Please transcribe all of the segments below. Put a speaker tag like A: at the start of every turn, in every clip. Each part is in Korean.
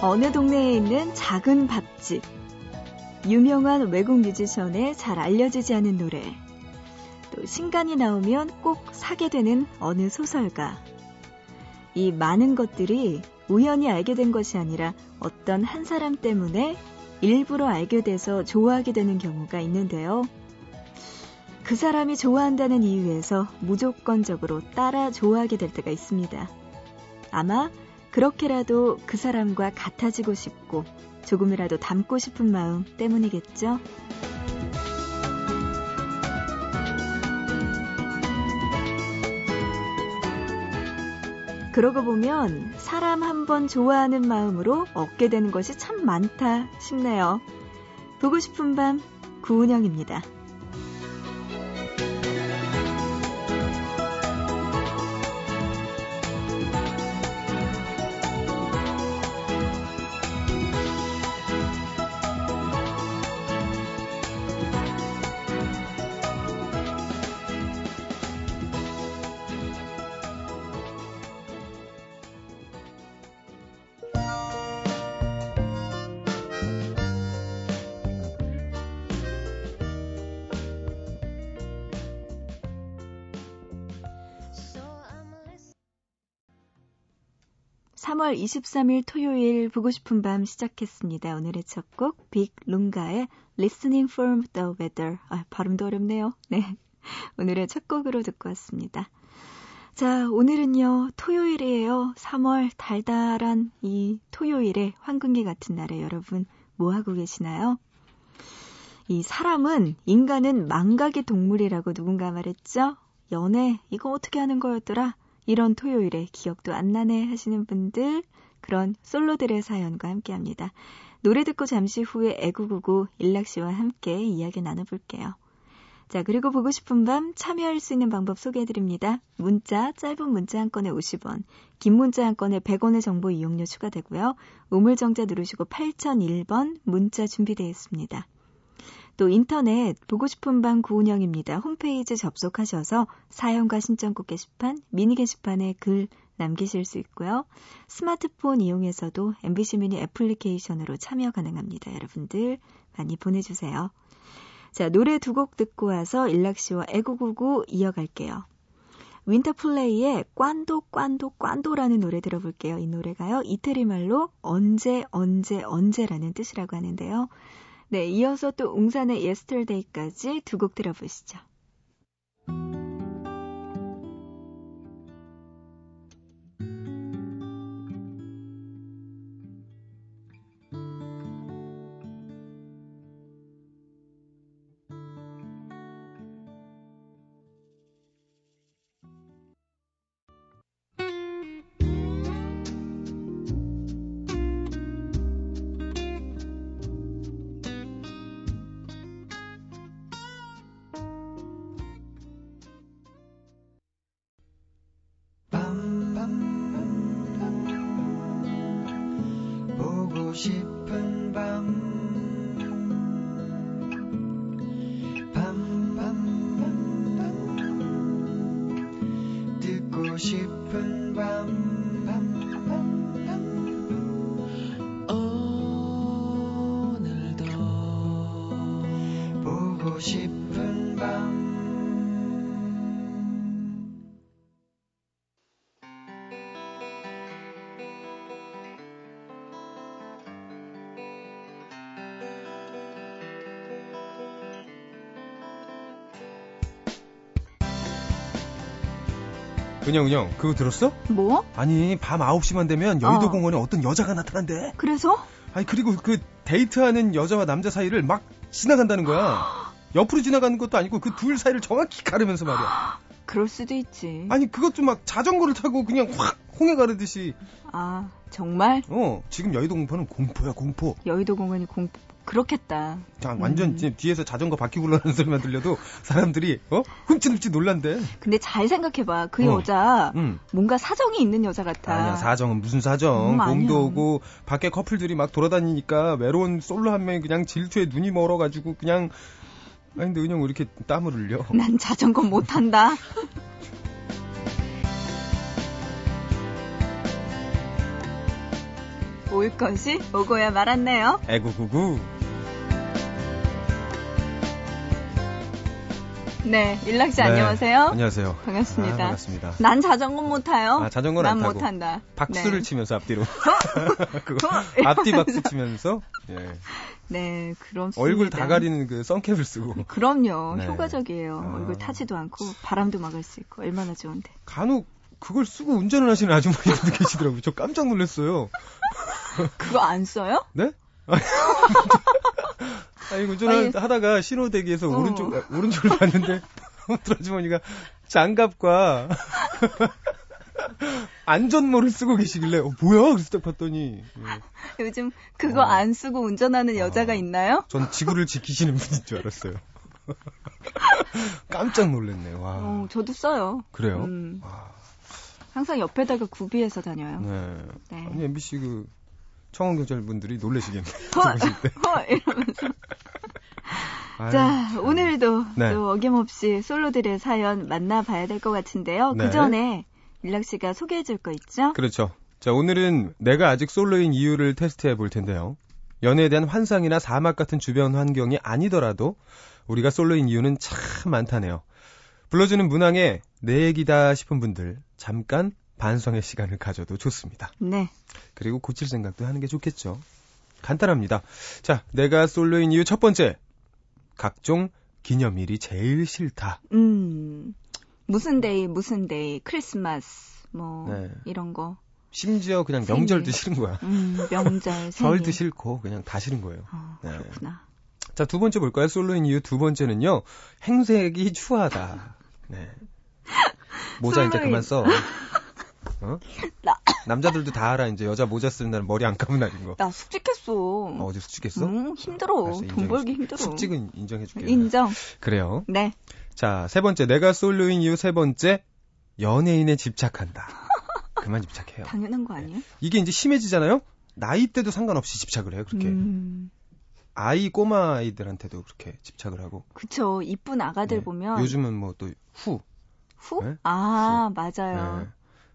A: 어느 동네에 있는 작은 밥집. 유명한 외국 뮤지션의 잘 알려지지 않은 노래. 또 신간이 나오면 꼭 사게 되는 어느 소설가. 이 많은 것들이 우연히 알게 된 것이 아니라 어떤 한 사람 때문에 일부러 알게 돼서 좋아하게 되는 경우가 있는데요. 그 사람이 좋아한다는 이유에서 무조건적으로 따라 좋아하게 될 때가 있습니다. 아마 그렇게라도 그 사람과 같아지고 싶고 조금이라도 닮고 싶은 마음 때문이겠죠? 그러고 보면 사람 한 번 좋아하는 마음으로 얻게 되는 것이 참 많다 싶네요. 보고 싶은 밤 구은영입니다. 3월 23일 토요일 보고 싶은 밤 시작했습니다. 오늘의 첫 곡, 빅 룽가의 Listening from the Weather. 아, 발음도 어렵네요. 네. 오늘의 첫 곡으로 듣고 왔습니다. 자, 오늘은요, 토요일이에요. 3월 달달한 이 토요일에 황금기 같은 날에 여러분 뭐 하고 계시나요? 이 사람은, 인간은 망각의 동물이라고 누군가 말했죠? 연애, 이거 어떻게 하는 거였더라? 이런 토요일에 기억도 안 나네 하시는 분들 그런 솔로들의 사연과 함께합니다. 노래 듣고 잠시 후에 애구구구 일락 씨와 함께 이야기 나눠볼게요. 자 그리고 보고 싶은 밤 참여할 수 있는 방법 소개해드립니다. 문자 짧은 문자 한 건에 50원, 긴 문자 한 건에 100원의 정보 이용료 추가되고요. 우물정자 누르시고 8001번 문자 준비되어 있습니다. 또 인터넷 보고 싶은 밤 구운영입니다. 홈페이지 접속하셔서 사연과 신청곡 게시판, 미니 게시판에 글 남기실 수 있고요. 스마트폰 이용해서도 MBC 미니 애플리케이션으로 참여 가능합니다. 여러분들 많이 보내주세요. 자, 노래 두 곡 듣고 와서 일락씨와 애구구구 이어갈게요. 윈터플레이의 꽌도 꽌도 꽌도라는 노래 들어볼게요. 이 노래가요. 이태리 말로 언제 언제 언제라는 뜻이라고 하는데요. 네, 이어서 또 웅산의 Yesterday까지 두 곡 들어보시죠.
B: 보고 싶은 밤, 밤, 밤, 밤, 밤. 듣고 싶은 밤, 밤, 밤, 밤. 오늘도 보고 싶은 밤.
C: 은영 은영 그거 들었어?
A: 뭐?
C: 아니 밤 9시만 되면 여의도
A: 어.
C: 공원에 어떤 여자가 나타난대
A: 그래서?
C: 아니 그리고 그 데이트하는 여자와 남자 사이를 막 지나간다는 거야 옆으로 지나가는 것도 아니고 그 둘 사이를 정확히 가르면서 말이야
A: 그럴 수도 있지.
C: 아니 그것도 막 자전거를 타고 그냥 확 홍해 가르듯이
A: 아, 정말?
C: 어 지금 여의도 공포는 공포야 공포
A: 여의도 공원이 공, 그렇겠다.
C: 자, 완전
A: 음.
C: 지금 뒤에서 자전거 바퀴 굴러가는 소리만 들려도 사람들이 어? 흠칫흠칫 놀란대
A: 근데 잘 생각해봐. 그
C: 어.
A: 여자,
C: 음.
A: 뭔가 사정이 있는 여자 같아.
C: 아니야 사정은 무슨 사정
A: 음,
C: 봄도
A: 아니야.
C: 오고 밖에 커플들이 막 돌아다니니까 외로운 솔로 한 명이 그냥 질투에 눈이 멀어가지고 그냥 아니 근데 은영 왜 이렇게 땀을 흘려
A: 난 자전거 못 탄다. 올 것이 오고야 말았네요.
C: 애구구구.
A: 네, 일락씨
C: 네,
A: 안녕하세요.
C: 안녕하세요.
A: 반갑습니다. 네.
C: 아, 반갑습니다.
A: 난 자전거 못 타요.
C: 아, 자전거는
A: 난
C: 안 타고.
A: 못 한다.
C: 박수를
A: 네.
C: 치면서 앞뒤로. 그거 앞뒤 박수 치면서 예.
A: 네, 그럼
C: 얼굴 다 가리는 그 선캡을 쓰고
A: 그럼요.
C: 네.
A: 효과적이에요.
C: 아.
A: 얼굴 타지도 않고 바람도 막을 수 있고 얼마나 좋은데.
C: 간혹 그걸 쓰고 운전을 하시는 아주머니들 계시더라고요. 저 깜짝 놀랐어요.
A: 그거 안 써요?
C: 네? 아니
A: 아니.
C: 운전을 하다가 신호대기에서
A: 어.
C: 오른쪽 아, 오른쪽을 봤는데 어떤 아주머니가 장갑과 안전모를 쓰고 계시길래 어, 뭐야? 그래서 딱 봤더니 예.
A: 요즘 그거
C: 어.
A: 안 쓰고 운전하는 여자가
C: 아.
A: 있나요?
C: 전 지구를 지키시는 분인 줄 알았어요. 깜짝 놀랐네. 와.
A: 어, 저도 써요.
C: 아. 그래요?
A: 음.
C: 와.
A: 항상 옆에다가 구비해서 다녀요.
C: 네.
A: 네.
C: 아니 MBC 그 청원 경찰 분들이 놀라시겠네.
A: 헐, 헐 이러면서.
C: 아유,
A: 자,
C: 참.
A: 오늘도
C: 네.
A: 또 어김없이 솔로들의 사연 만나봐야 될 것 같은데요.
C: 네.
A: 그 전에 일락 씨가 소개해 줄 거 있죠?
C: 그렇죠. 자, 오늘은 내가 아직 솔로인 이유를 테스트해 볼 텐데요. 연애에 대한 환상이나 사막 같은 주변 환경이 아니더라도 우리가 솔로인 이유는 참 많다네요. 불러주는 문항에 내 얘기다 싶은 분들 잠깐 반성의 시간을 가져도 좋습니다.
A: 네.
C: 그리고 고칠 생각도 하는 게 좋겠죠. 간단합니다. 자, 내가 솔로인 이유 첫 번째. 각종 기념일이 제일 싫다.
A: 음. 무슨 데이, 무슨 데이, 크리스마스, 뭐,
C: 네.
A: 이런 거.
C: 심지어 그냥
A: 생일.
C: 명절도 싫은 거야.
A: 음, 명절, 생일.
C: 설도 싫고 그냥 다 싫은 거예요.
A: 어,
C: 네.
A: 그렇구나.
C: 자, 두 번째 볼까요? 솔로인 이유 두 번째는요. 행색이 추하다. 네. 모자 이제
A: 솔로인.
C: 그만 써. 어?
A: 나-
C: 남자들도 다 알아. 이제 여자 모자 쓰는 날 머리 안 감은 날인 거.
A: 나 숙직했어.
C: 어, 어제 숙직했어?
A: 음, 힘들어.
C: 알았어, 인정해줄게.
A: 돈 벌기 힘들어.
C: 숙직은 인정해 줄게.
A: 인정.
C: 그래요.
A: 네.
C: 자, 세 번째. 내가 솔로인 이유 세 번째. 연예인에 집착한다. 그만 집착해요.
A: 당연한 거 아니에요?
C: 이게 이제 심해지잖아요? 나이 때도 상관없이 집착을 해요, 그렇게.
A: 음.
C: 아이, 꼬마 아이들한테도 그렇게 집착을 하고.
A: 그쵸. 이쁜 아가들
C: 네.
A: 보면.
C: 요즘은 뭐 또 후.
A: 후?
C: 네?
A: 아,
C: 네.
A: 맞아요.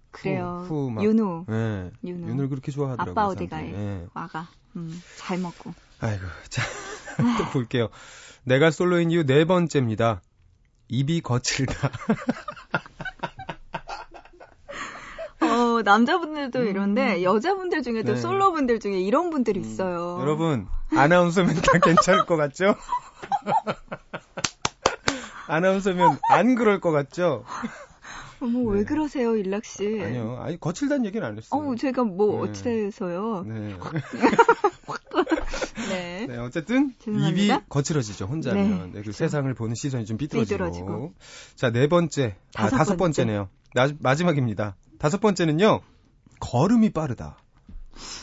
A: 그래요.
C: 후, 후 막-
A: 윤우,
C: 네.
A: 윤우.
C: 윤을 그렇게 좋아하더라고요.
A: 아빠 어디
C: 사람들이.
A: 가해?
C: 예.
A: 와가. 음, 잘 먹고.
C: 아이고, 자, 또 볼게요. 내가 솔로인 이유 네 번째입니다. 입이 거칠다.
A: 어, 남자분들도 이런데, 여자분들 중에도
C: 음, 네. 음,
A: 솔로분들 중에 이런 분들이 있어요.
C: 여러분, 아나운서면 다 괜찮을 것 같죠? 아나운서면 안 그럴 것 같죠?
A: 어머, 왜
C: 네.
A: 그러세요, 일락씨?
C: 아니요. 아니, 거칠다는 얘기는 안 했어요.
A: 네. 어우, 제가 뭐,
C: 네.
A: 어찌돼서요?
C: 네.
A: 네.
C: 네, 어쨌든
A: 죄송합니다.
C: 입이 거칠어지죠. 혼자면.
A: 네,
C: 네, 그
A: 그쵸.
C: 세상을 보는 시선이 좀 삐뚤어지고.
A: 삐뚤어지고.
C: 자, 네 번째. 아,
A: 다섯
C: 다섯
A: 번째.
C: 번째네요. 나, 마지막입니다. 다섯 번째는요. 걸음이 빠르다.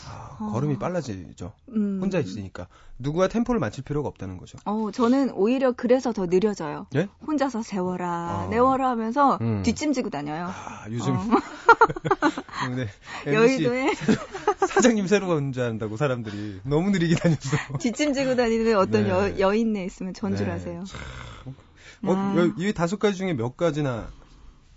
C: 아,
A: 어.
C: 걸음이 빨라지죠.
A: 음.
C: 혼자 있으니까. 누구와 템포를 맞출 필요가 없다는 거죠.
A: 어, 저는 오히려 그래서 더 느려져요.
C: 예?
A: 혼자서 세워라,
C: 아.
A: 내워라 하면서
C: 음.
A: 뒷짐지고 다녀요.
C: 아, 요즘
A: 어.
C: 네, MBC
A: 여의도에
C: 사장님 새로 운전한다고 사람들이 너무 느리게 다녔어.
A: 뒷짐지고 다니는 어떤
C: 네.
A: 여, 여인네 있으면 전 줄
C: 네.
A: 아세요.
C: 어,
A: 아.
C: 여- 이 다섯 가지 중에 몇 가지나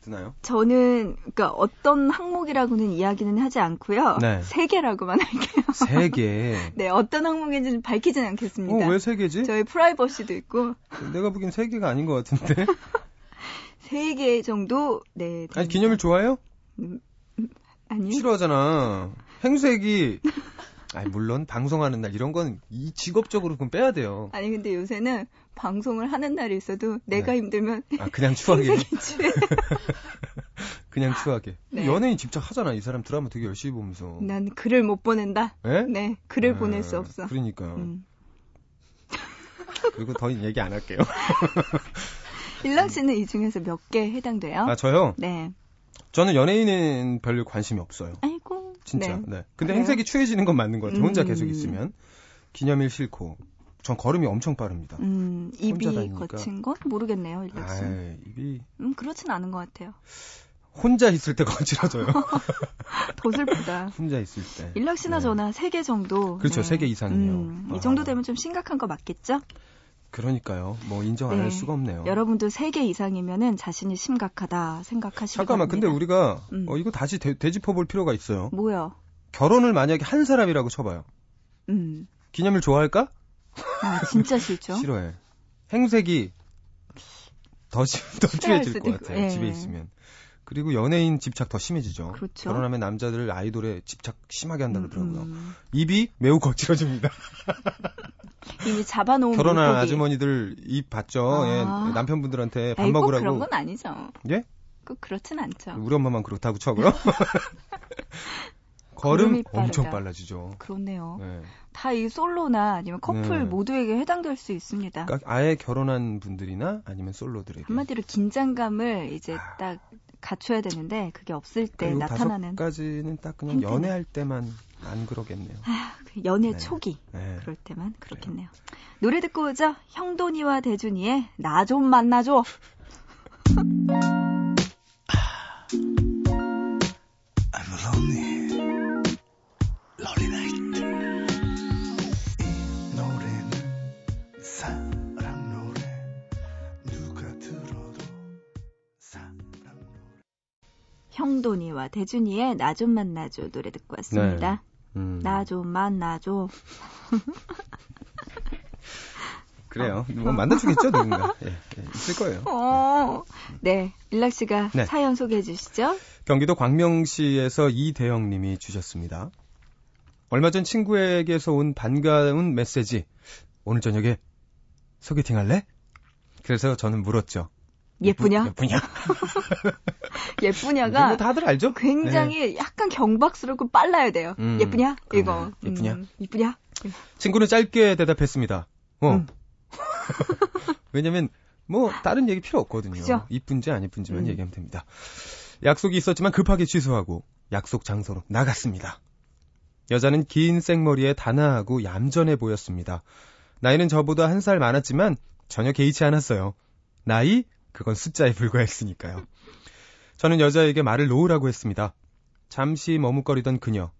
C: 드나요?
A: 저는 그러니까 어떤 항목이라고는 이야기는 하지 않고요.
C: 네.
A: 세 개라고만 할게요.
C: 세 개.
A: 네, 어떤 항목인지는 밝히진
C: 어,
A: 않겠습니다.
C: 왜 세 개지?
A: 저희 프라이버시도 있고
C: 내가 보기엔 세 개가 아닌 것 같은데.
A: 세 개 정도 네.
C: 아니 기념일 좋아해요?
A: 아니
C: 싫어하잖아. 행색이. 아니 물론 방송하는 날 이런 건 이 직업적으로 그럼 빼야 돼요.
A: 아니 근데 요새는 방송을 하는 날이 있어도 내가 힘들면
C: 아 그냥 추하게.
A: 생색이 취해.
C: 그냥 추하게.
A: 네.
C: 연예인 집착하잖아. 이 사람 드라마 되게 열심히 보면서.
A: 난 글을 못 보낸다.
C: 예?
A: 네, 글을
C: 아,
A: 보낼 수 없어.
C: 그러니까요.
A: 음.
C: 그리고 더 얘기 안 할게요.
A: 일락 씨는 이 중에서 몇 개 해당돼요?
C: 아 저요?
A: 네.
C: 저는 연예인은 별로 관심이 없어요.
A: 아이고. 네.
C: 진짜. 네. 근데
A: 그래요?
C: 행색이 추해지는 건 맞는 것 같아요. 혼자 계속
A: 음.
C: 있으면 김념일 싫고. 전 걸음이 엄청 빠릅니다.
A: 음, 입이
C: 혼자 다니니까.
A: 거친 것 모르겠네요, 일락 씨.
C: 아이, 입이
A: 음, 그렇진 않은 것 같아요.
C: 혼자 있을 때 거칠어져요.
A: 더 슬프다.
C: 혼자 있을 때.
A: 일락 씨나
C: 네.
A: 저나 3개 정도. 네. 음,
C: 그렇죠, 세개 이상이요.
A: 이
C: 아.
A: 정도 되면 좀 심각한 거 맞겠죠?
C: 그러니까요. 뭐 인정 안 할
A: 네.
C: 수가 없네요.
A: 여러분도 3개 이상이면은 자신이 심각하다 생각하시기
C: 잠깐만,
A: 바랍니다.
C: 근데 우리가
A: 음.
C: 어, 이거 다시 되, 되짚어볼 필요가 있어요.
A: 뭐요?
C: 결혼을 만약에 한 사람이라고 쳐봐요.
A: 음.
C: 기념일 좋아할까?
A: 아, 진짜 싫죠?
C: 싫어해. 행색이 더, 심, 더
A: 싫어할
C: 추해질
A: 수도
C: 것
A: 있고,
C: 같아요.
A: 예.
C: 집에 있으면. 그리고 연예인 집착 더 심해지죠.
A: 그렇죠.
C: 결혼하면 남자들 아이돌에 집착 심하게 한다 그러더라고요.
A: 음.
C: 입이 매우 거칠어집니다.
A: 이미 잡아놓은
C: 결혼한
A: 물고기.
C: 아주머니들 입 봤죠.
A: 아.
C: 예, 남편분들한테 밥
A: 에이, 꼭 그런
C: 먹으라고.
A: 건 아니죠.
C: 예?
A: 꼭 그렇진 않죠.
C: 우리 엄마만 그렇다고 쳐고요. 걸음
A: 걸음이 빠르다.
C: 엄청 빨라지죠.
A: 그렇네요.
C: 네.
A: 다 이 솔로나 아니면 커플
C: 네.
A: 모두에게 해당될 수 있습니다.
C: 그러니까 아예 결혼한 분들이나 아니면 솔로들에게
A: 한마디로 긴장감을 이제
C: 아.
A: 딱 갖춰야 되는데 그게 없을 때
C: 그리고
A: 나타나는
C: 다섯 가지는 딱 그냥
A: 힘드네.
C: 연애할 때만 안 그러겠네요.
A: 그 연애
C: 네.
A: 초기
C: 네.
A: 그럴 때만 그렇겠네요. 노래 듣고 오죠. 형돈이와 대준이의 나 좀 만나줘.
B: I'm lonely, lonely night. 이 노래는 사랑 노래. 누가 들어도 사랑 노래.
A: 형돈이와 대준이의 나 좀 만나줘 노래 듣고 왔습니다.
C: 음.
A: 나 좀 만나줘.
C: 그래요. 누가 만나주겠죠, 누군가. 예, 예, 있을 거예요.
A: 어. 네, 일락 씨가
C: 네.
A: 사연 소개해 주시죠.
C: 경기도 광명시에서 이대영님이 주셨습니다. 얼마 전 친구에게서 온 반가운 메시지. 오늘 저녁에 소개팅 할래? 그래서 저는 물었죠. 뭐,
A: 예쁘냐?
C: 예쁘냐?
A: 예쁘냐가
C: 뭐 다들 알죠? 네.
A: 굉장히 약간 경박스럽고 빨라야 돼요.
C: 음,
A: 예쁘냐?
C: 그러네.
A: 이거. 음,
C: 예쁘냐?
A: 예쁘냐?
C: 친구는 짧게 대답했습니다. 어.
A: 음.
C: 왜냐면 뭐 다른 얘기 필요 없거든요.
A: 그죠?
C: 이쁜지 안 이쁜지만
A: 음.
C: 얘기하면 됩니다. 약속이 있었지만 급하게 취소하고 약속 장소로 나갔습니다. 여자는 긴 생머리에 단아하고 얌전해 보였습니다. 나이는 저보다 한 살 많았지만 전혀 개의치 않았어요. 나이? 그건 숫자에 불과했으니까요. 저는 여자에게 말을 놓으라고 했습니다. 잠시 머뭇거리던 그녀.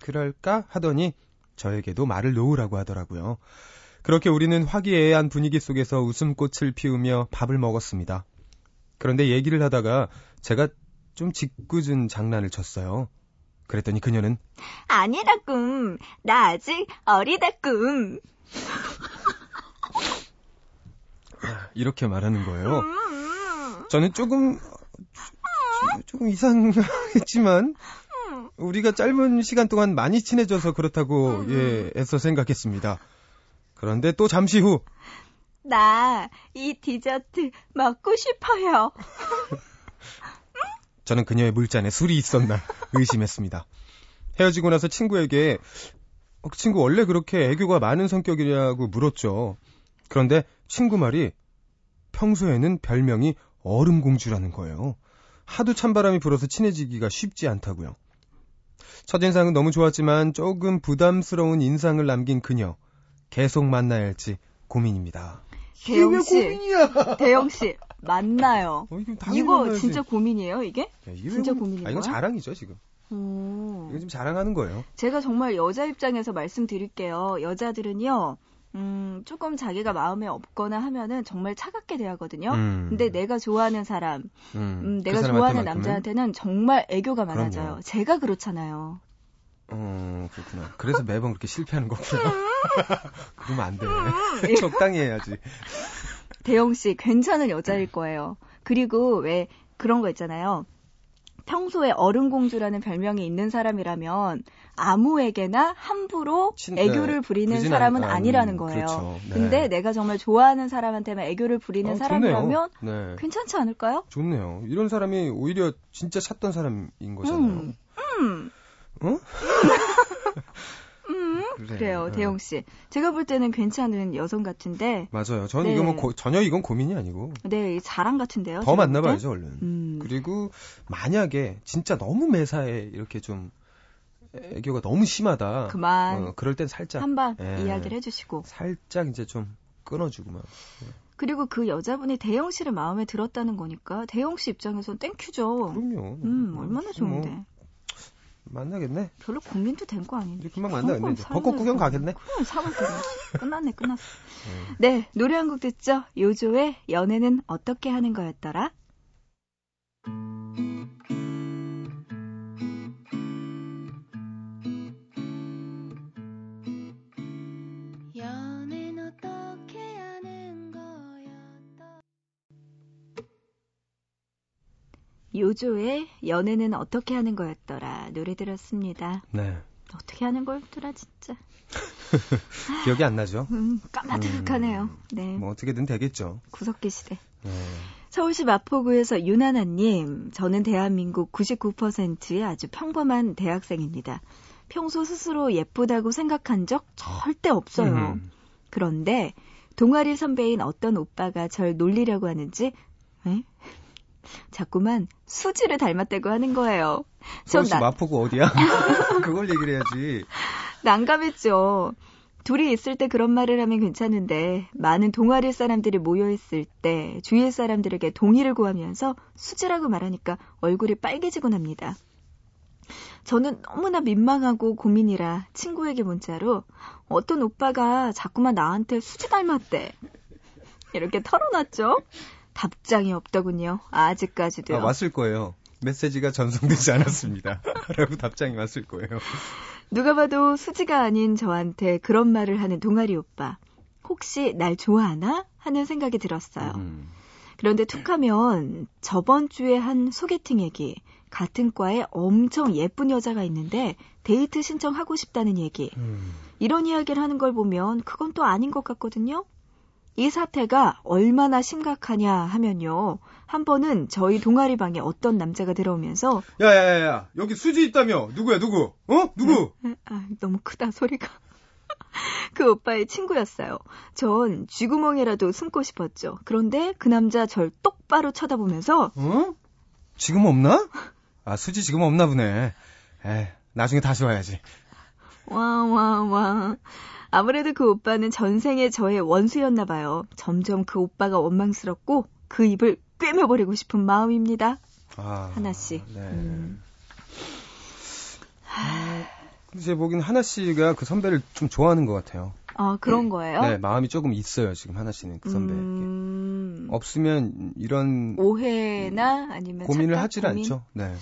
C: 그럴까? 하더니 저에게도 말을 놓으라고 하더라고요. 그렇게 우리는 화기애애한 분위기 속에서 웃음꽃을 피우며 밥을 먹었습니다. 그런데 얘기를 하다가 제가 좀 짓궂은 장난을 쳤어요. 그랬더니 그녀는
A: 아니라 꿈. 나 아직 어리다 꿈.
C: 이렇게 말하는 거예요.
A: 음.
C: 저는 조금 조금 이상했지만 우리가 짧은 시간 동안 많이 친해져서 그렇다고 예 애써 생각했습니다. 그런데 또 잠시 후
A: 나 이 디저트 먹고 싶어요.
C: 저는 그녀의 물잔에 술이 있었나 의심했습니다. 헤어지고 나서 친구에게 어, 그 친구 원래 그렇게 애교가 많은 성격이냐고 물었죠. 그런데 친구 말이 평소에는 별명이 얼음공주라는 거예요. 하도 찬바람이 불어서 친해지기가 쉽지 않다고요. 첫인상은 너무 좋았지만 조금 부담스러운 인상을 남긴 그녀. 계속 만나야 할지 고민입니다.
A: 대영 씨. 대영 씨. 만나요.
C: 어, 이거 당연히
A: 이거
C: 만나야지.
A: 진짜 고민이에요, 이게?
C: 야, 이게 왜
A: 진짜
C: 고민-
A: 고민인
C: 아, 이건
A: 거야?
C: 자랑이죠, 지금.
A: 오.
C: 이건 지금 자랑하는 거예요.
A: 제가 정말 여자 입장에서 말씀드릴게요. 여자들은요, 음, 조금 자기가 마음에 없거나 하면은 정말 차갑게 대하거든요.
C: 음.
A: 근데 내가 좋아하는 사람, 음,
C: 음,
A: 내가
C: 그
A: 좋아하는
C: 사람한테만큼은?
A: 남자한테는 정말 애교가 많아져요.
C: 그럼요.
A: 제가 그렇잖아요.
C: 어, 그렇구나. 그래서 매번 그렇게 실패하는 거구나. 그러면 안 돼.
A: 음.
C: 적당히 해야지.
A: 대영 씨, 괜찮은
C: 네.
A: 여자일 거예요. 그리고 왜 그런 거 있잖아요. 평소에 어른공주라는 별명이 있는 사람이라면 아무에게나 함부로
C: 친-
A: 애교를
C: 네,
A: 부리는
C: 부리진
A: 사람은
C: 않- 음,
A: 아니라는 거예요.
C: 그렇죠. 네.
A: 근데 내가 정말 좋아하는 사람한테만 애교를 부리는
C: 어,
A: 사람이라면
C: 좋네요. 네.
A: 괜찮지 않을까요?
C: 좋네요. 이런 사람이 오히려 진짜 찾던 사람인 거잖아요.
A: 음, 음,
C: 어?
A: 그래요, 대영
C: 네.
A: 씨. 제가 볼 때는 괜찮은 여성 같은데,
C: 맞아요. 저는
A: 네.
C: 이거 뭐 고- 전혀 이건 고민이 아니고
A: 네, 자랑 같은데요.
C: 더
A: 제가 볼
C: 만나봐야죠 얼른.
A: 때? 음,
C: 그리고 만약에 진짜 너무 매사에 이렇게 좀 애교가 너무 심하다.
A: 그만.
C: 어, 그럴 땐 살짝
A: 한방
C: 예.
A: 이야기를 해주시고.
C: 살짝 이제 좀 끊어주고 막.
A: 그리고 그 여자분이 대영 씨를 마음에 들었다는 거니까 대영 씨 입장에선 땡큐죠.
C: 그럼요.
A: 음, 얼마나 좋은데.
C: 뭐, 만나겠네.
A: 별로 고민도 된 거 아닌데.
C: 이제 금방 만나겠네.
A: 그럼
C: 이제. 벚꽃 구경
A: 사람들
C: 가겠네.
A: 그럼 사람 구경. 끝났네, 끝났어. 네, 노래 한 곡 듣죠. 요조의 연애는 어떻게 하는 거였더라?
B: 이
A: 조조의 연애는 어떻게 하는 거였더라 노래 들었습니다.
C: 네.
A: 어떻게 하는 거였더라 진짜.
C: 기억이 안 나죠?
A: 음, 까마득하네요. 네.
C: 뭐 어떻게든 되겠죠.
A: 구석기 시대.
C: 네.
A: 서울시 마포구에서 유나나님, 저는 대한민국 99%의 아주 평범한 대학생입니다. 평소 스스로 예쁘다고 생각한 적 절대 없어요.
C: 음.
A: 그런데 동아리 선배인 어떤 오빠가 절 놀리려고 하는지, 에? 자꾸만 수지를 닮았다고 하는 거예요. 전
C: 서울시
A: 나-
C: 마포구 어디야? 그걸 얘기를 해야지. 아,
A: 난감했죠. 둘이 있을 때 그런 말을 하면 괜찮은데 많은 동아리 사람들이 모여 있을 때 주위 사람들에게 동의를 구하면서 수지라고 말하니까 얼굴이 빨개지곤 합니다. 저는 너무나 민망하고 고민이라 친구에게 문자로 어떤 오빠가 자꾸만 나한테 수지 닮았대 이렇게 털어놨죠. 답장이 없더군요. 아직까지도요.
C: 아, 왔을 거예요. 메시지가 전송되지 않았습니다. 라고 답장이 왔을 거예요.
A: 누가 봐도 수지가 아닌 저한테 그런 말을 하는 동아리 오빠. 혹시 날 좋아하나? 하는 생각이 들었어요.
C: 음.
A: 그런데 툭하면 저번 주에 한 소개팅 얘기, 같은 과에 엄청 예쁜 여자가 있는데 데이트 신청하고 싶다는 얘기,
C: 음.
A: 이런 이야기를 하는 걸 보면 그건 또 아닌 것 같거든요. 이 사태가 얼마나 심각하냐 하면요. 한 번은 저희 동아리 방에 어떤 남자가 들어오면서
C: 야야야야 여기 수지 있다며 누구야 누구 어 누구
A: 아, 너무 크다 소리가. 그 오빠의 친구였어요. 전 쥐구멍이라도 숨고 싶었죠. 그런데 그 남자 절 똑바로 쳐다보면서
C: 어 지금 없나 아 수지 지금 없나 보네 에 나중에 다시 와야지
A: 와와와. 아무래도 그 오빠는 전생에 저의 원수였나 봐요. 점점 그 오빠가 원망스럽고 그 입을 꿰매버리고 싶은 마음입니다.
C: 아,
A: 하나씩.
C: 네
A: 음.
C: 근데 제 보기엔 하나 씨가 그 선배를 좀 좋아하는 것 같아요
A: 아 그런 거예요?
C: 네 마음이 조금 있어요 지금 하나 씨는 그 선배에게
A: 음,
C: 없으면 이런
A: 오해나 아니면
C: 고민을
A: 착각,
C: 하질
A: 네, 고민? 아.
C: 않죠 네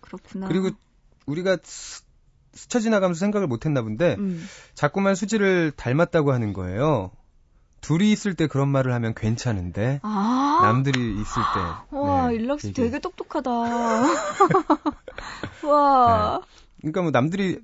A: 그렇구나.
C: 그리고 우리가 스- 스쳐 지나가면서 생각을 못 했나 본데
A: 음.
C: 자꾸만 수지를 닮았다고 하는 거예요. 둘이 있을 때 그런 말을 하면 괜찮은데
A: 아
C: 남들이 있을 때.
A: 와,
C: 네,
A: 일락씨
C: 이게.
A: 되게 똑똑하다. 와.
C: 그러니까 뭐 남들이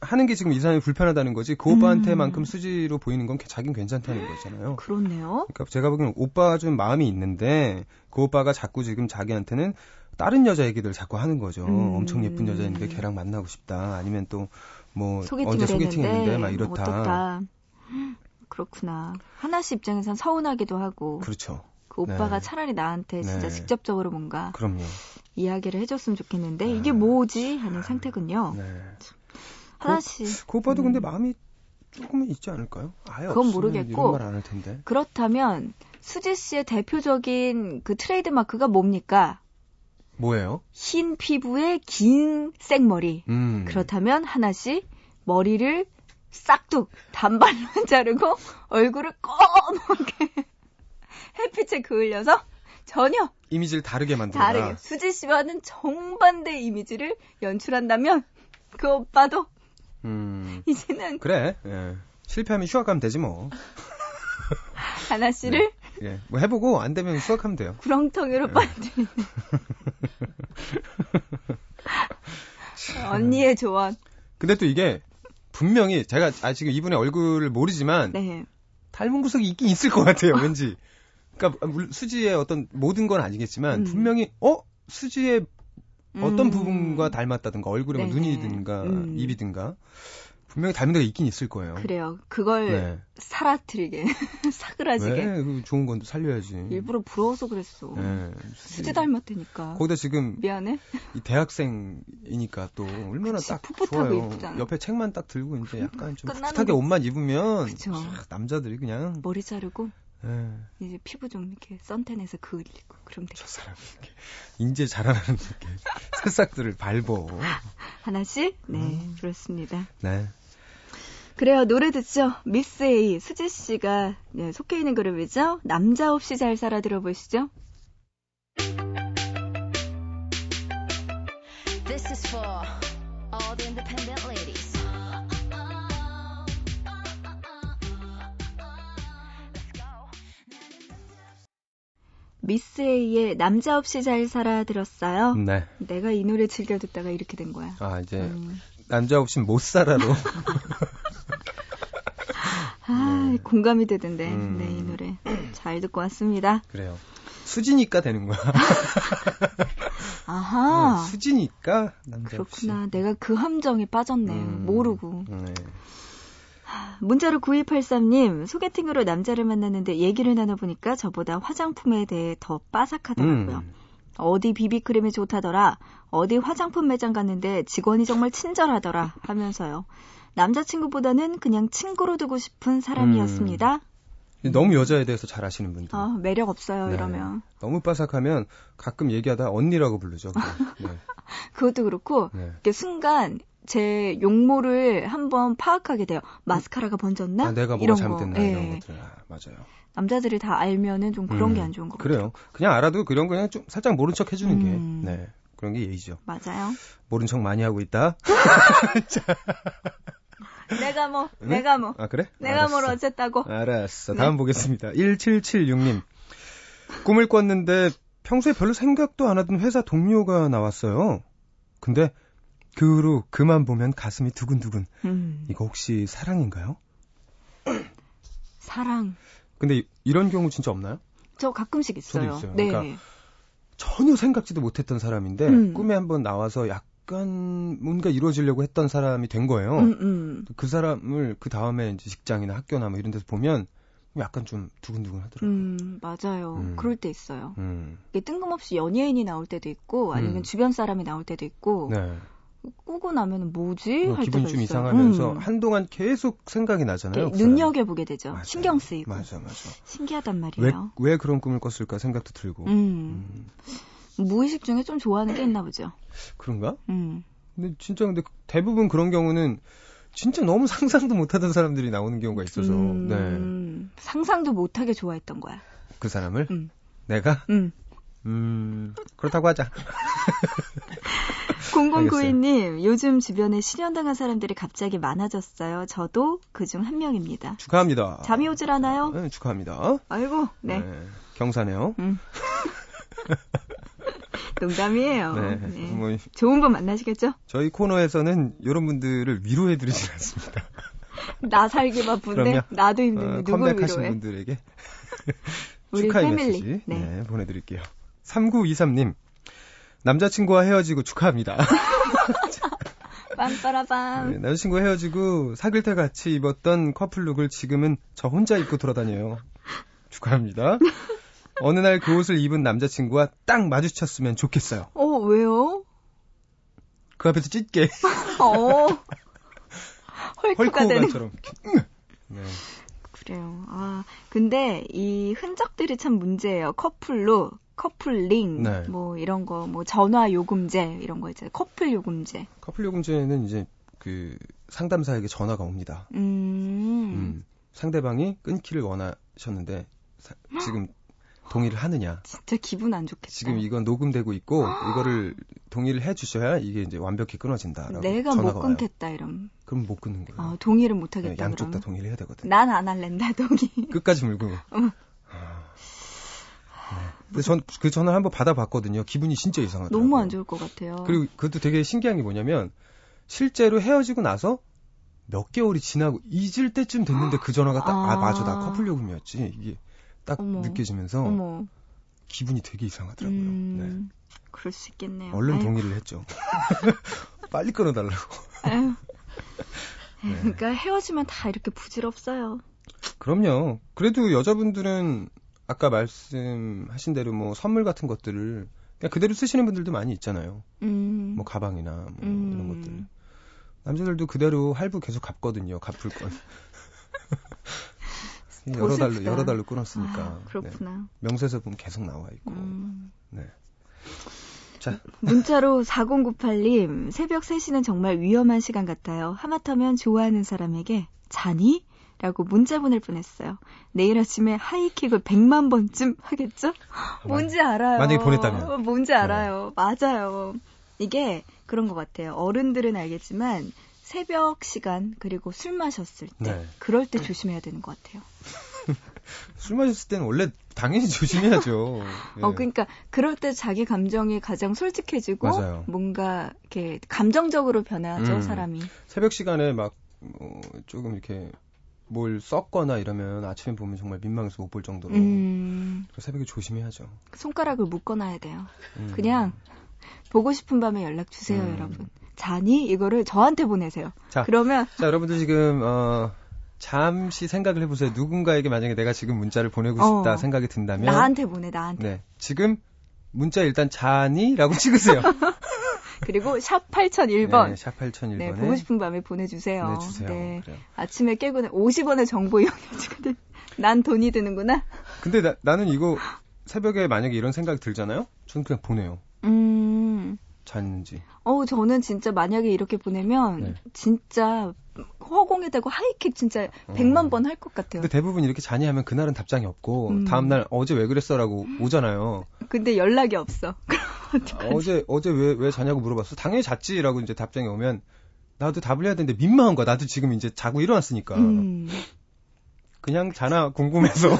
C: 하는 게 지금 이 사람이 불편하다는 거지. 그
A: 음.
C: 오빠한테만큼 수지로 보이는 건 자긴 괜찮다는 거잖아요.
A: 그렇네요.
C: 그러니까 제가 보기엔 오빠가 좀 마음이 있는데 그 오빠가 자꾸 지금 자기한테는 다른 여자 얘기들 자꾸 하는 거죠.
A: 음.
C: 엄청 예쁜 여자인데 걔랑 만나고 싶다. 아니면 또 뭐
A: 소개팅을
C: 언제 소개팅했는데
A: 했는데, 뭐
C: 막 이렇다.
A: 어떻다. 그렇구나. 하나 씨 입장에선 서운하기도 하고 그,
C: 그렇죠.
A: 오빠가
C: 네.
A: 차라리 나한테 진짜
C: 네.
A: 직접적으로 뭔가
C: 그럼요.
A: 이야기를 해줬으면 좋겠는데 이게
C: 아,
A: 뭐지 하는 상태군요.
C: 네.
A: 하나 씨
C: 그 오빠도 근데
A: 아. 음.
C: 마음이 조금은 있지 않을까요? 아예
A: 그건
C: 없으면
A: 모르겠고.
C: 이런 말 안 할 텐데.
A: 그렇다면 수지 씨의 대표적인 그 트레이드 마크가 뭡니까?
C: 뭐예요?
A: 흰 피부에 긴 생머리.
C: 음.
A: 그렇다면 하나씩 머리를 싹둑 단발로 자르고 얼굴을 검게 햇빛에 그을려서 전혀
C: 이미지를 다르게 만든다.
A: 다르게 수지 씨와는 정반대 이미지를 연출한다면 그 오빠도
C: 음.
A: 이제는
C: 그래. 예. 실패하면 휴학하면 되지 뭐.
A: 하나 씨를
C: 예. 뭐 해보고 안 되면 휴학하면 돼요. 네.
A: 구렁텅이로 빠뜨리는 언니의 조언.
C: 근데 또 이게 분명히 제가 아, 지금 이분의 얼굴을 모르지만
A: 네.
C: 닮은 구석이 있긴 있을 것 같아요. 왠지. 그러니까 물- 수지의 어떤 모든 건 아니겠지만
A: 음.
C: 분명히 어 수지의 어떤
A: 음.
C: 부분과 닮았다든가 얼굴에 뭐
A: 네네.
C: 눈이든가
A: 음.
C: 입이든가 분명히 닮은 데가 있긴 있을 거예요.
A: 그래요. 그걸
C: 네.
A: 사라뜨리게 사그라지게.
C: 왜? 그 좋은 건도 살려야지.
A: 일부러 부러워서 그랬어.
C: 예.
A: 수지 닮았다니까.
C: 거기다 지금
A: 미안해.
C: 이 대학생이니까 또 얼마나
A: 그치,
C: 딱
A: 풋풋하고
C: 좋아요.
A: 예쁘잖아.
C: 옆에 책만 딱 들고 이제 약간 좀
A: 끝나는
C: 풋하게
A: 거.
C: 옷만 입으면
A: 그쵸.
C: 촥 남자들이 그냥
A: 머리 자르고
C: 예,
A: 이제 피부 좀 이렇게 썬텐해서 그을리고 그럼 돼.
C: 저 사람 이렇게 인재 자랑하는 이렇게 새싹들을 밟어.
A: 하나씩? 네, 그렇습니다.
C: 네.
A: 그래요, 노래 듣죠? 미스 A, 수지 씨가 네, 속해 있는 그룹이죠? 남자 없이 잘 살아 들어보시죠.
D: This is for all the independent ladies. Let's go.
A: 미스 A의 남자 없이 잘 살아 들었어요.
C: 네.
A: 내가 이 노래 즐겨 듣다가 이렇게 된 거야.
C: 아, 이제
A: 음.
C: 남자 없이 못 살아로.
A: 아, 공감이 되던데.
C: 네. 음.
A: 네, 이 노래. 잘 듣고 왔습니다.
C: 그래요. 수지니까 되는 거야.
A: 아하.
C: 네, 수지니까 남자 없이.
A: 어. 그렇구나. 내가 그 함정에 빠졌네요.
C: 음,
A: 모르고.
C: 네.
A: 문자로 9283님, 소개팅으로 남자를 만났는데 얘기를 나눠보니까 저보다 화장품에 대해 더 빠삭하더라고요.
C: 음.
A: 어디 비비크림이 좋다더라, 어디 화장품 매장 갔는데 직원이 정말 친절하더라 하면서요. 남자친구보다는 그냥 친구로 두고 싶은 사람이었습니다.
C: 음. 너무 여자에 대해서 잘 아시는 분들.
A: 아, 매력 없어요,
C: 네.
A: 이러면.
C: 너무 빠삭하면 가끔 얘기하다 언니라고 부르죠. 그냥.
A: 그것도 그렇고,
C: 네. 네.
A: 이렇게 순간 제 용모를 한번 파악하게 돼요. 마스카라가 번졌나?
C: 아, 내가 뭐가
A: 이런
C: 잘못됐나
A: 거. 예.
C: 이런 것들. 아, 맞아요.
A: 남자들이 다 알면은 좀 그런 게 안 좋은 것 같아요.
C: 음, 그래요. 그냥 알아도 그런 거 그냥 좀 살짝 모른 척 해주는
A: 음.
C: 게 네. 그런 게 예의죠.
A: 맞아요.
C: 모른 척 많이 하고 있다.
A: 내가 뭐,
C: 네?
A: 내가 뭐,
C: 아 그래?
A: 내가 뭘 어쨌다고.
C: 알았어.
A: 네.
C: 다음 보겠습니다. 1776님. 꿈을 꿨는데 평소에 별로 생각도 안 하던 회사 동료가 나왔어요. 근데 그 후로 그만 보면 가슴이 두근두근.
A: 음,
C: 이거 혹시 사랑인가요?
A: 사랑.
C: 근데 이- 이런 경우 진짜 없나요?
A: 저 가끔씩 있어요.
C: 저도 있어요.
A: 네.
C: 그러니까 전혀 생각지도 못했던 사람인데
A: 음.
C: 꿈에 한번 나와서 약간 뭔가 이루어지려고 했던 사람이 된 거예요.
A: 음, 음.
C: 그 사람을 그 다음에 이제 직장이나 학교나 뭐 이런 데서 보면 약간 좀 두근두근 하더라고요.
A: 음, 맞아요.
C: 음.
A: 그럴 때 있어요.
C: 음.
A: 이게 뜬금없이 연예인이 나올 때도 있고, 아니면
C: 음.
A: 주변 사람이 나올 때도 있고,
C: 네.
A: 꾸고 나면 뭐지? 할
C: 기분
A: 때가
C: 좀
A: 네. 있어요.
C: 이상하면서
A: 음.
C: 한동안 계속 생각이 나잖아요.
A: 이렇게
C: 그 사람.
A: 눈여겨보게 되죠.
C: 맞아요.
A: 신경 쓰이고.
C: 맞아, 맞아.
A: 신기하단
C: 왜,
A: 말이에요.
C: 왜 그런 꿈을 꿨을까 생각도 들고.
A: 음.
C: 음,
A: 무의식 중에 좀 좋아하는 게 있나 보죠.
C: 그런가?
A: 음.
C: 근데 진짜 근데 대부분 그런 경우는 진짜 너무 상상도 못하던 사람들이 나오는 경우가 있어서 네.
A: 음, 상상도 못하게 좋아했던 거야.
C: 그 사람을
A: 음.
C: 내가
A: 음.
C: 음 그렇다고 하자.
A: 0092님, 요즘 주변에 실현당한 사람들이 갑자기 많아졌어요. 저도 그 중 한 명입니다.
C: 축하합니다.
A: 잠이 오질 않아요?
C: 네, 축하합니다.
A: 아이고, 네.
C: 경사네요.
A: 음. 농담이에요.
C: 네.
A: 네.
C: 뭐
A: 좋은 분 만나시겠죠?
C: 저희 코너에서는 이런 분들을 위로해 드리진 않습니다.
A: 나 살기
C: 그럼요.
A: 바쁜데 나도 힘든데
C: 어,
A: 누굴
C: 컴백하신
A: 위로해?
C: 분들에게
A: 우리
C: 축하의
A: 패밀리.
C: 메시지
A: 네.
C: 네. 보내드릴게요. 3923님 남자친구와 헤어지고 축하합니다.
A: 빰빠라밤.
C: 네, 남자친구 헤어지고 사귈 때 같이 입었던 커플룩을 지금은 저 혼자 입고 돌아다녀요. 축하합니다. 어느 날 그 옷을 입은 남자친구와 딱 마주쳤으면 좋겠어요.
A: 어, 왜요?
C: 그 앞에서 찢게
A: 어. 헐크가 되는.
C: 헐크호가처럼. 네.
A: 그래요. 아, 근데 이 흔적들이 참 문제예요. 커플로, 커플링,
C: 네.
A: 뭐 이런 거, 뭐 전화 요금제 이런 거 있잖아요. 커플 요금제.
C: 커플 요금제는 이제 그 상담사에게 전화가 옵니다.
A: 음.
C: 음, 상대방이 끊기를 원하셨는데 사- 지금 동의를 하느냐?
A: 진짜 기분 안 좋겠다.
C: 지금 이건 녹음되고 있고 이거를 동의를 해주셔야 이게 이제 완벽히 끊어진다라고
A: 내가
C: 전화가
A: 못
C: 와요.
A: 끊겠다 이럼.
C: 그럼 못 끊는 거예요.
A: 아, 동의를 못
C: 네,
A: 하겠다. 음.
C: 양쪽 다
A: 그럼.
C: 동의를 해야 되거든. 요
A: 난안 할랜다 동의.
C: 끝까지 물고. 아. 네. 근데 전 그 전화 를 한번 받아봤거든요. 기분이 진짜 이상하더라고요.
A: 너무 안 좋을 것 같아요.
C: 네, 그리고 그것도 되게 신기한 게 뭐냐면 실제로 헤어지고 나서 몇 개월이 지나고 잊을 때쯤 됐는데 그 전화가 딱 아
A: 아.
C: 맞아 나 커플 요금이었지 이게 딱
A: 어머.
C: 느껴지면서
A: 어머.
C: 기분이 되게 이상하더라고요. 네.
A: 음, 그럴 수 있겠네요.
C: 얼른
A: 아유,
C: 동의를 했죠. 빨리 끊어달라고.
A: 아유.
C: 네.
A: 그러니까 헤어지면 다 이렇게 부질없어요.
C: 그럼요. 그래도 여자분들은 아까 말씀하신 대로 뭐 선물 같은 것들을 그냥 그대로 쓰시는 분들도 많이 있잖아요.
A: 음.
C: 뭐 가방이나 뭐
A: 음.
C: 이런 것들. 남자들도 그대로 할부 계속 갚거든요. 갚을 건. 여러 달로
A: 고슬프다.
C: 여러 달로 끊었으니까.
A: 아, 그렇구나.
C: 네. 명세서 보면 계속 나와 있고.
A: 음.
C: 네. 자,
A: 문자로 4098님, 새벽 3시는 정말 위험한 시간 같아요. 하마터면 좋아하는 사람에게 자니? 라고 문자 보낼 뻔했어요. 내일 아침에 하이킥을 100만 번쯤 하겠죠? 뭔지 알아요.
C: 아, 만약에 보냈다면. 네.
A: 어, 뭔지 알아요. 맞아요. 이게 그런 것 같아요. 어른들은 알겠지만 새벽 시간 그리고 술 마셨을 때
C: 네.
A: 그럴 때 조심해야 되는 것 같아요.
C: 술 마셨을 때는 원래 당연히 조심해야죠. 예.
A: 어, 그러니까 그럴 때 자기 감정이 가장 솔직해지고
C: 맞아요.
A: 뭔가 이렇게 감정적으로 변하죠
C: 음.
A: 사람이.
C: 새벽 시간에 막 어, 조금 이렇게 뭘 썼거나 이러면 아침에 보면 정말 민망해서 못 볼 정도로
A: 음,
C: 그래서 새벽에 조심해야죠.
A: 손가락을 묶어놔야 돼요.
C: 음.
A: 그냥 보고 싶은 밤에 연락 주세요,
C: 음.
A: 여러분. 자니 이거를 저한테 보내세요.
C: 자.
A: 그러면
C: 자 여러분들 지금 어, 잠시 생각을 해보세요. 누군가에게 만약에 내가 지금 문자를 보내고
A: 어.
C: 싶다 생각이 든다면
A: 나한테 보내 나한테.
C: 네 지금 문자 일단 자니라고 찍으세요.
A: 그리고 샵 8001번.
C: 네, 샵 8001번에
A: 네, 보고 싶은 밤에 보내주세요.
C: 보내주세요.
A: 네.
C: 그래요.
A: 아침에 깨고는 50원의 정보 이용료 지금 난 돈이 드는구나.
C: 근데 나, 나는 이거 새벽에 만약에 이런 생각이 들잖아요. 저는 그냥 보내요.
A: 음.
C: 잤는지.
A: 어, 저는 진짜 만약에 이렇게 보내면
C: 네.
A: 진짜 허공에 대고 하이킥 진짜 100만 번 할 것 같아요.
C: 어. 근데 대부분 이렇게 자니 하면 그날은 답장이 없고
A: 음.
C: 다음 날 어제 왜 그랬어라고 오잖아요.
A: 근데 연락이 없어. 그럼 어떡하지?
C: 어제 어제 왜 왜 자냐고 물어봤어. 당연히 잤지라고 이제 답장이 오면 나도 답을 해야 되는데 민망한 거야. 나도 지금 이제 자고 일어났으니까
A: 음.
C: 그냥 자나 궁금해서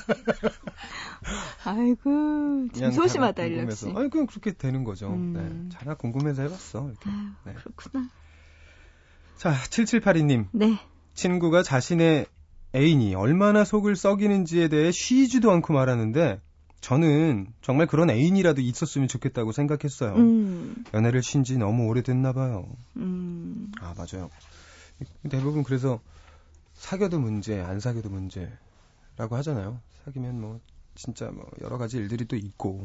A: 아이고, 참
C: 그냥
A: 소심하다,
C: 자나
A: 일렉
C: 궁금해서.
A: 씨.
C: 아니 그냥 그렇게 되는 거죠.
A: 음.
C: 네. 자나 궁금해서 해봤어. 이렇게. 네.
A: 그렇구나.
C: 자 7782님
A: 네.
C: 친구가 자신의 애인이 얼마나 속을 썩이는지에 대해 쉬지도 않고 말하는데 저는 정말 그런 애인이라도 있었으면 좋겠다고 생각했어요.
A: 음,
C: 연애를 쉰 지 너무 오래됐나 봐요.
A: 음,
C: 아 맞아요. 대부분 그래서 사겨도 문제, 안 사겨도 문제라고 하잖아요. 사귀면 뭐 진짜 뭐 여러 가지 일들이 또 있고.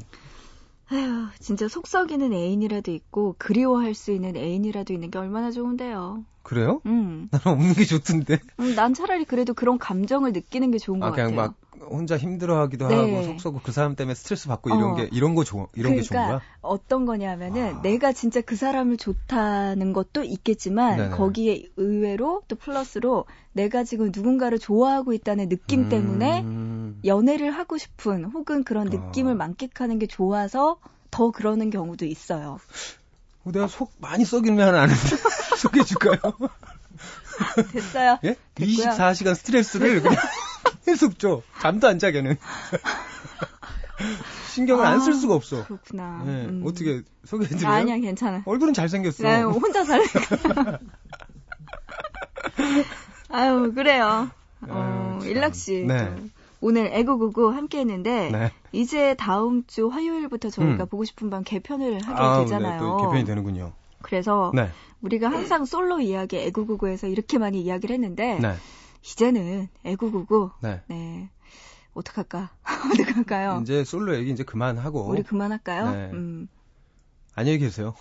A: 아휴, 진짜 속 썩이는 애인이라도 있고, 그리워할 수 있는 애인이라도 있는 게 얼마나 좋은데요.
C: 그래요?
A: 음.
C: 나는 없는 게 좋던데.
A: 음, 난 차라리 그래도 그런 감정을 느끼는 게 좋은
C: 아
A: 것 같아요.
C: 그냥 막 혼자 힘들어하기도
A: 네.
C: 하고 속썩고 그 사람 때문에 스트레스 받고 이런
A: 어.
C: 게 이런 거 좋아 이런 게 좋은 거야?
A: 그러니까 어떤 거냐면은
C: 아.
A: 내가 진짜 그 사람을 좋다는 것도 있겠지만
C: 네네.
A: 거기에 의외로 또 플러스로 내가 지금 누군가를 좋아하고 있다는 느낌 때문에
C: 음.
A: 연애를 하고 싶은 혹은 그런
C: 아.
A: 느낌을 만끽하는 게 좋아서 더 그러는 경우도 있어요.
C: 어, 내가 속 많이 썩이는 애 하나 아는데 소개해 줄까요?
A: 됐어요.
C: 예?
A: 됐고요.
C: 24시간 스트레스를 그냥 계속 줘. 잠도 안 자게는. 신경을 안 쓸
A: 아,
C: 수가 없어.
A: 그렇구나.
C: 예,
A: 음.
C: 어떻게 소개해 드려요?
A: 아니야 괜찮아.
C: 얼굴은 잘생겼어.
A: 나 네, 혼자 살래. 아유 그래요. 어,
C: 아유, 네, 참.
A: 일락 씨
C: 네.
A: 좀 오늘 애고구구 함께했는데
C: 네.
A: 이제 다음 주 화요일부터 저희가
C: 음.
A: 보고 싶은 밤 개편을 하게
C: 아, 네,
A: 되잖아요. 어.
C: 또 개편이 되는군요.
A: 그래서
C: 네.
A: 우리가 항상 솔로 이야기 애구구구에서 이렇게 많이 이야기를 했는데
C: 네.
A: 이제는 애구구구
C: 네.
A: 네 어떡할까 어떡할까요?
C: 이제 솔로 얘기 이제 그만하고
A: 우리 그만할까요?
C: 네.
A: 음.
C: 안녕히 계세요.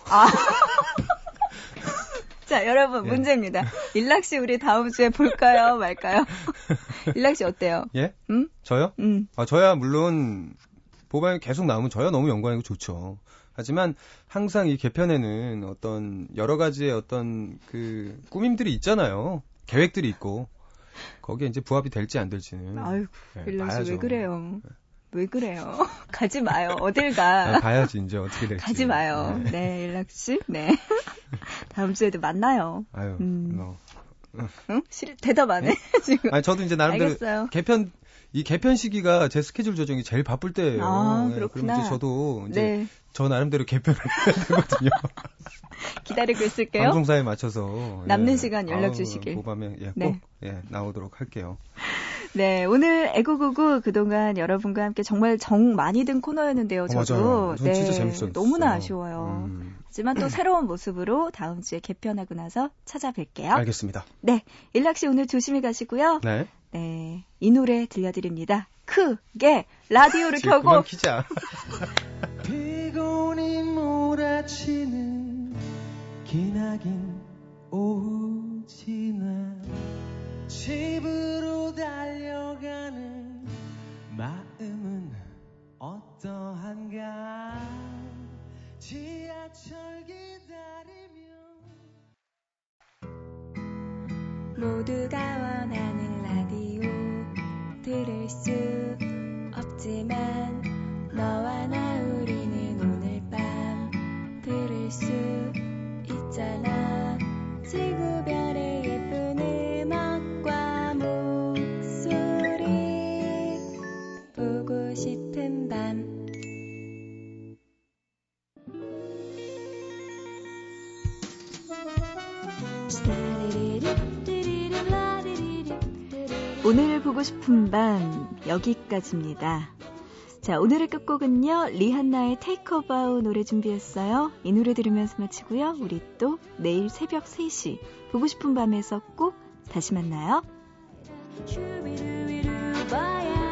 A: 자 여러분
C: 예.
A: 문제입니다. 일락 씨 우리 다음 주에 볼까요 말까요? 일락 씨 어때요?
C: 예?
A: 음?
C: 저요?
A: 음.
C: 아, 저야 물론 보방이 계속 나오면 저야 너무 영광이고 좋죠. 하지만 항상 이 개편에는 어떤 여러 가지의 어떤 그 꾸밈들이 있잖아요. 계획들이 있고 거기에 이제 부합이 될지 안 될지는
A: 아이고
C: 예,
A: 일락 씨 왜
C: 봐야죠. 예.
A: 그래요? 왜 그래요? 가지 마요. 어딜
C: 아,
A: 가?
C: 봐야지 이제 어떻게 될지.
A: 가지 마요.
C: 네.
A: 네, 일락 씨. 네. 다음 주에도 만나요.
C: 아유,
A: 음.
C: 뭐.
A: 응? 실- 대답 안 해. 지금.
C: 아니 저도 이제 나름대로
A: 알겠어요.
C: 개편 이 개편 시기가 제 스케줄 조정이 제일 바쁠 때예요.
A: 아,
C: 예,
A: 그렇구나.
C: 그럼 이제 저도 이제
A: 네.
C: 저 나름대로 개편을 해야 되거든요.
A: 기다리고 있을게요.
C: 방송사에 맞춰서 예.
A: 남는 시간 연락 주시길.
C: 보밤에 예, 꼭
A: 네.
C: 예, 나오도록 할게요.
A: 네, 오늘 애구구구 그동안 여러분과 함께 정말 정 많이 든 코너였는데요.
C: 어,
A: 저도.
C: 맞아요. 전
A: 네.
C: 진짜 재밌었어요.
A: 너무나 아쉬워요.
C: 음,
A: 하지만 또 새로운 모습으로 다음 주에 개편하고 나서 찾아뵐게요.
C: 알겠습니다.
A: 네, 일락 씨 오늘 조심히 가시고요.
C: 네.
A: 네, 이 노래 들려드립니다. 크게 라디오를
C: 지금 그만
A: 켜고
C: 키자.
B: 피곤이 몰아치는 기나긴 오후 지나 집으로 달려가는 마음은 어떠한가 지하철 기다리며
E: 모두가 원하는 라디오 들을 수 없지만 너와 나 우리는 오늘 밤 들을 수 있잖아 지구별의 예쁜 음악과 목소리
A: 오늘 보고 싶은 밤 여기까지입니다. 자, 오늘의 끝곡은요. 리한나의 Take a Bow 노래 준비했어요. 이 노래 들으면서 마치고요. 우리 또 내일 새벽 3시 보고 싶은 밤에서 꼭 다시 만나요.
E: 슈비루비루 바야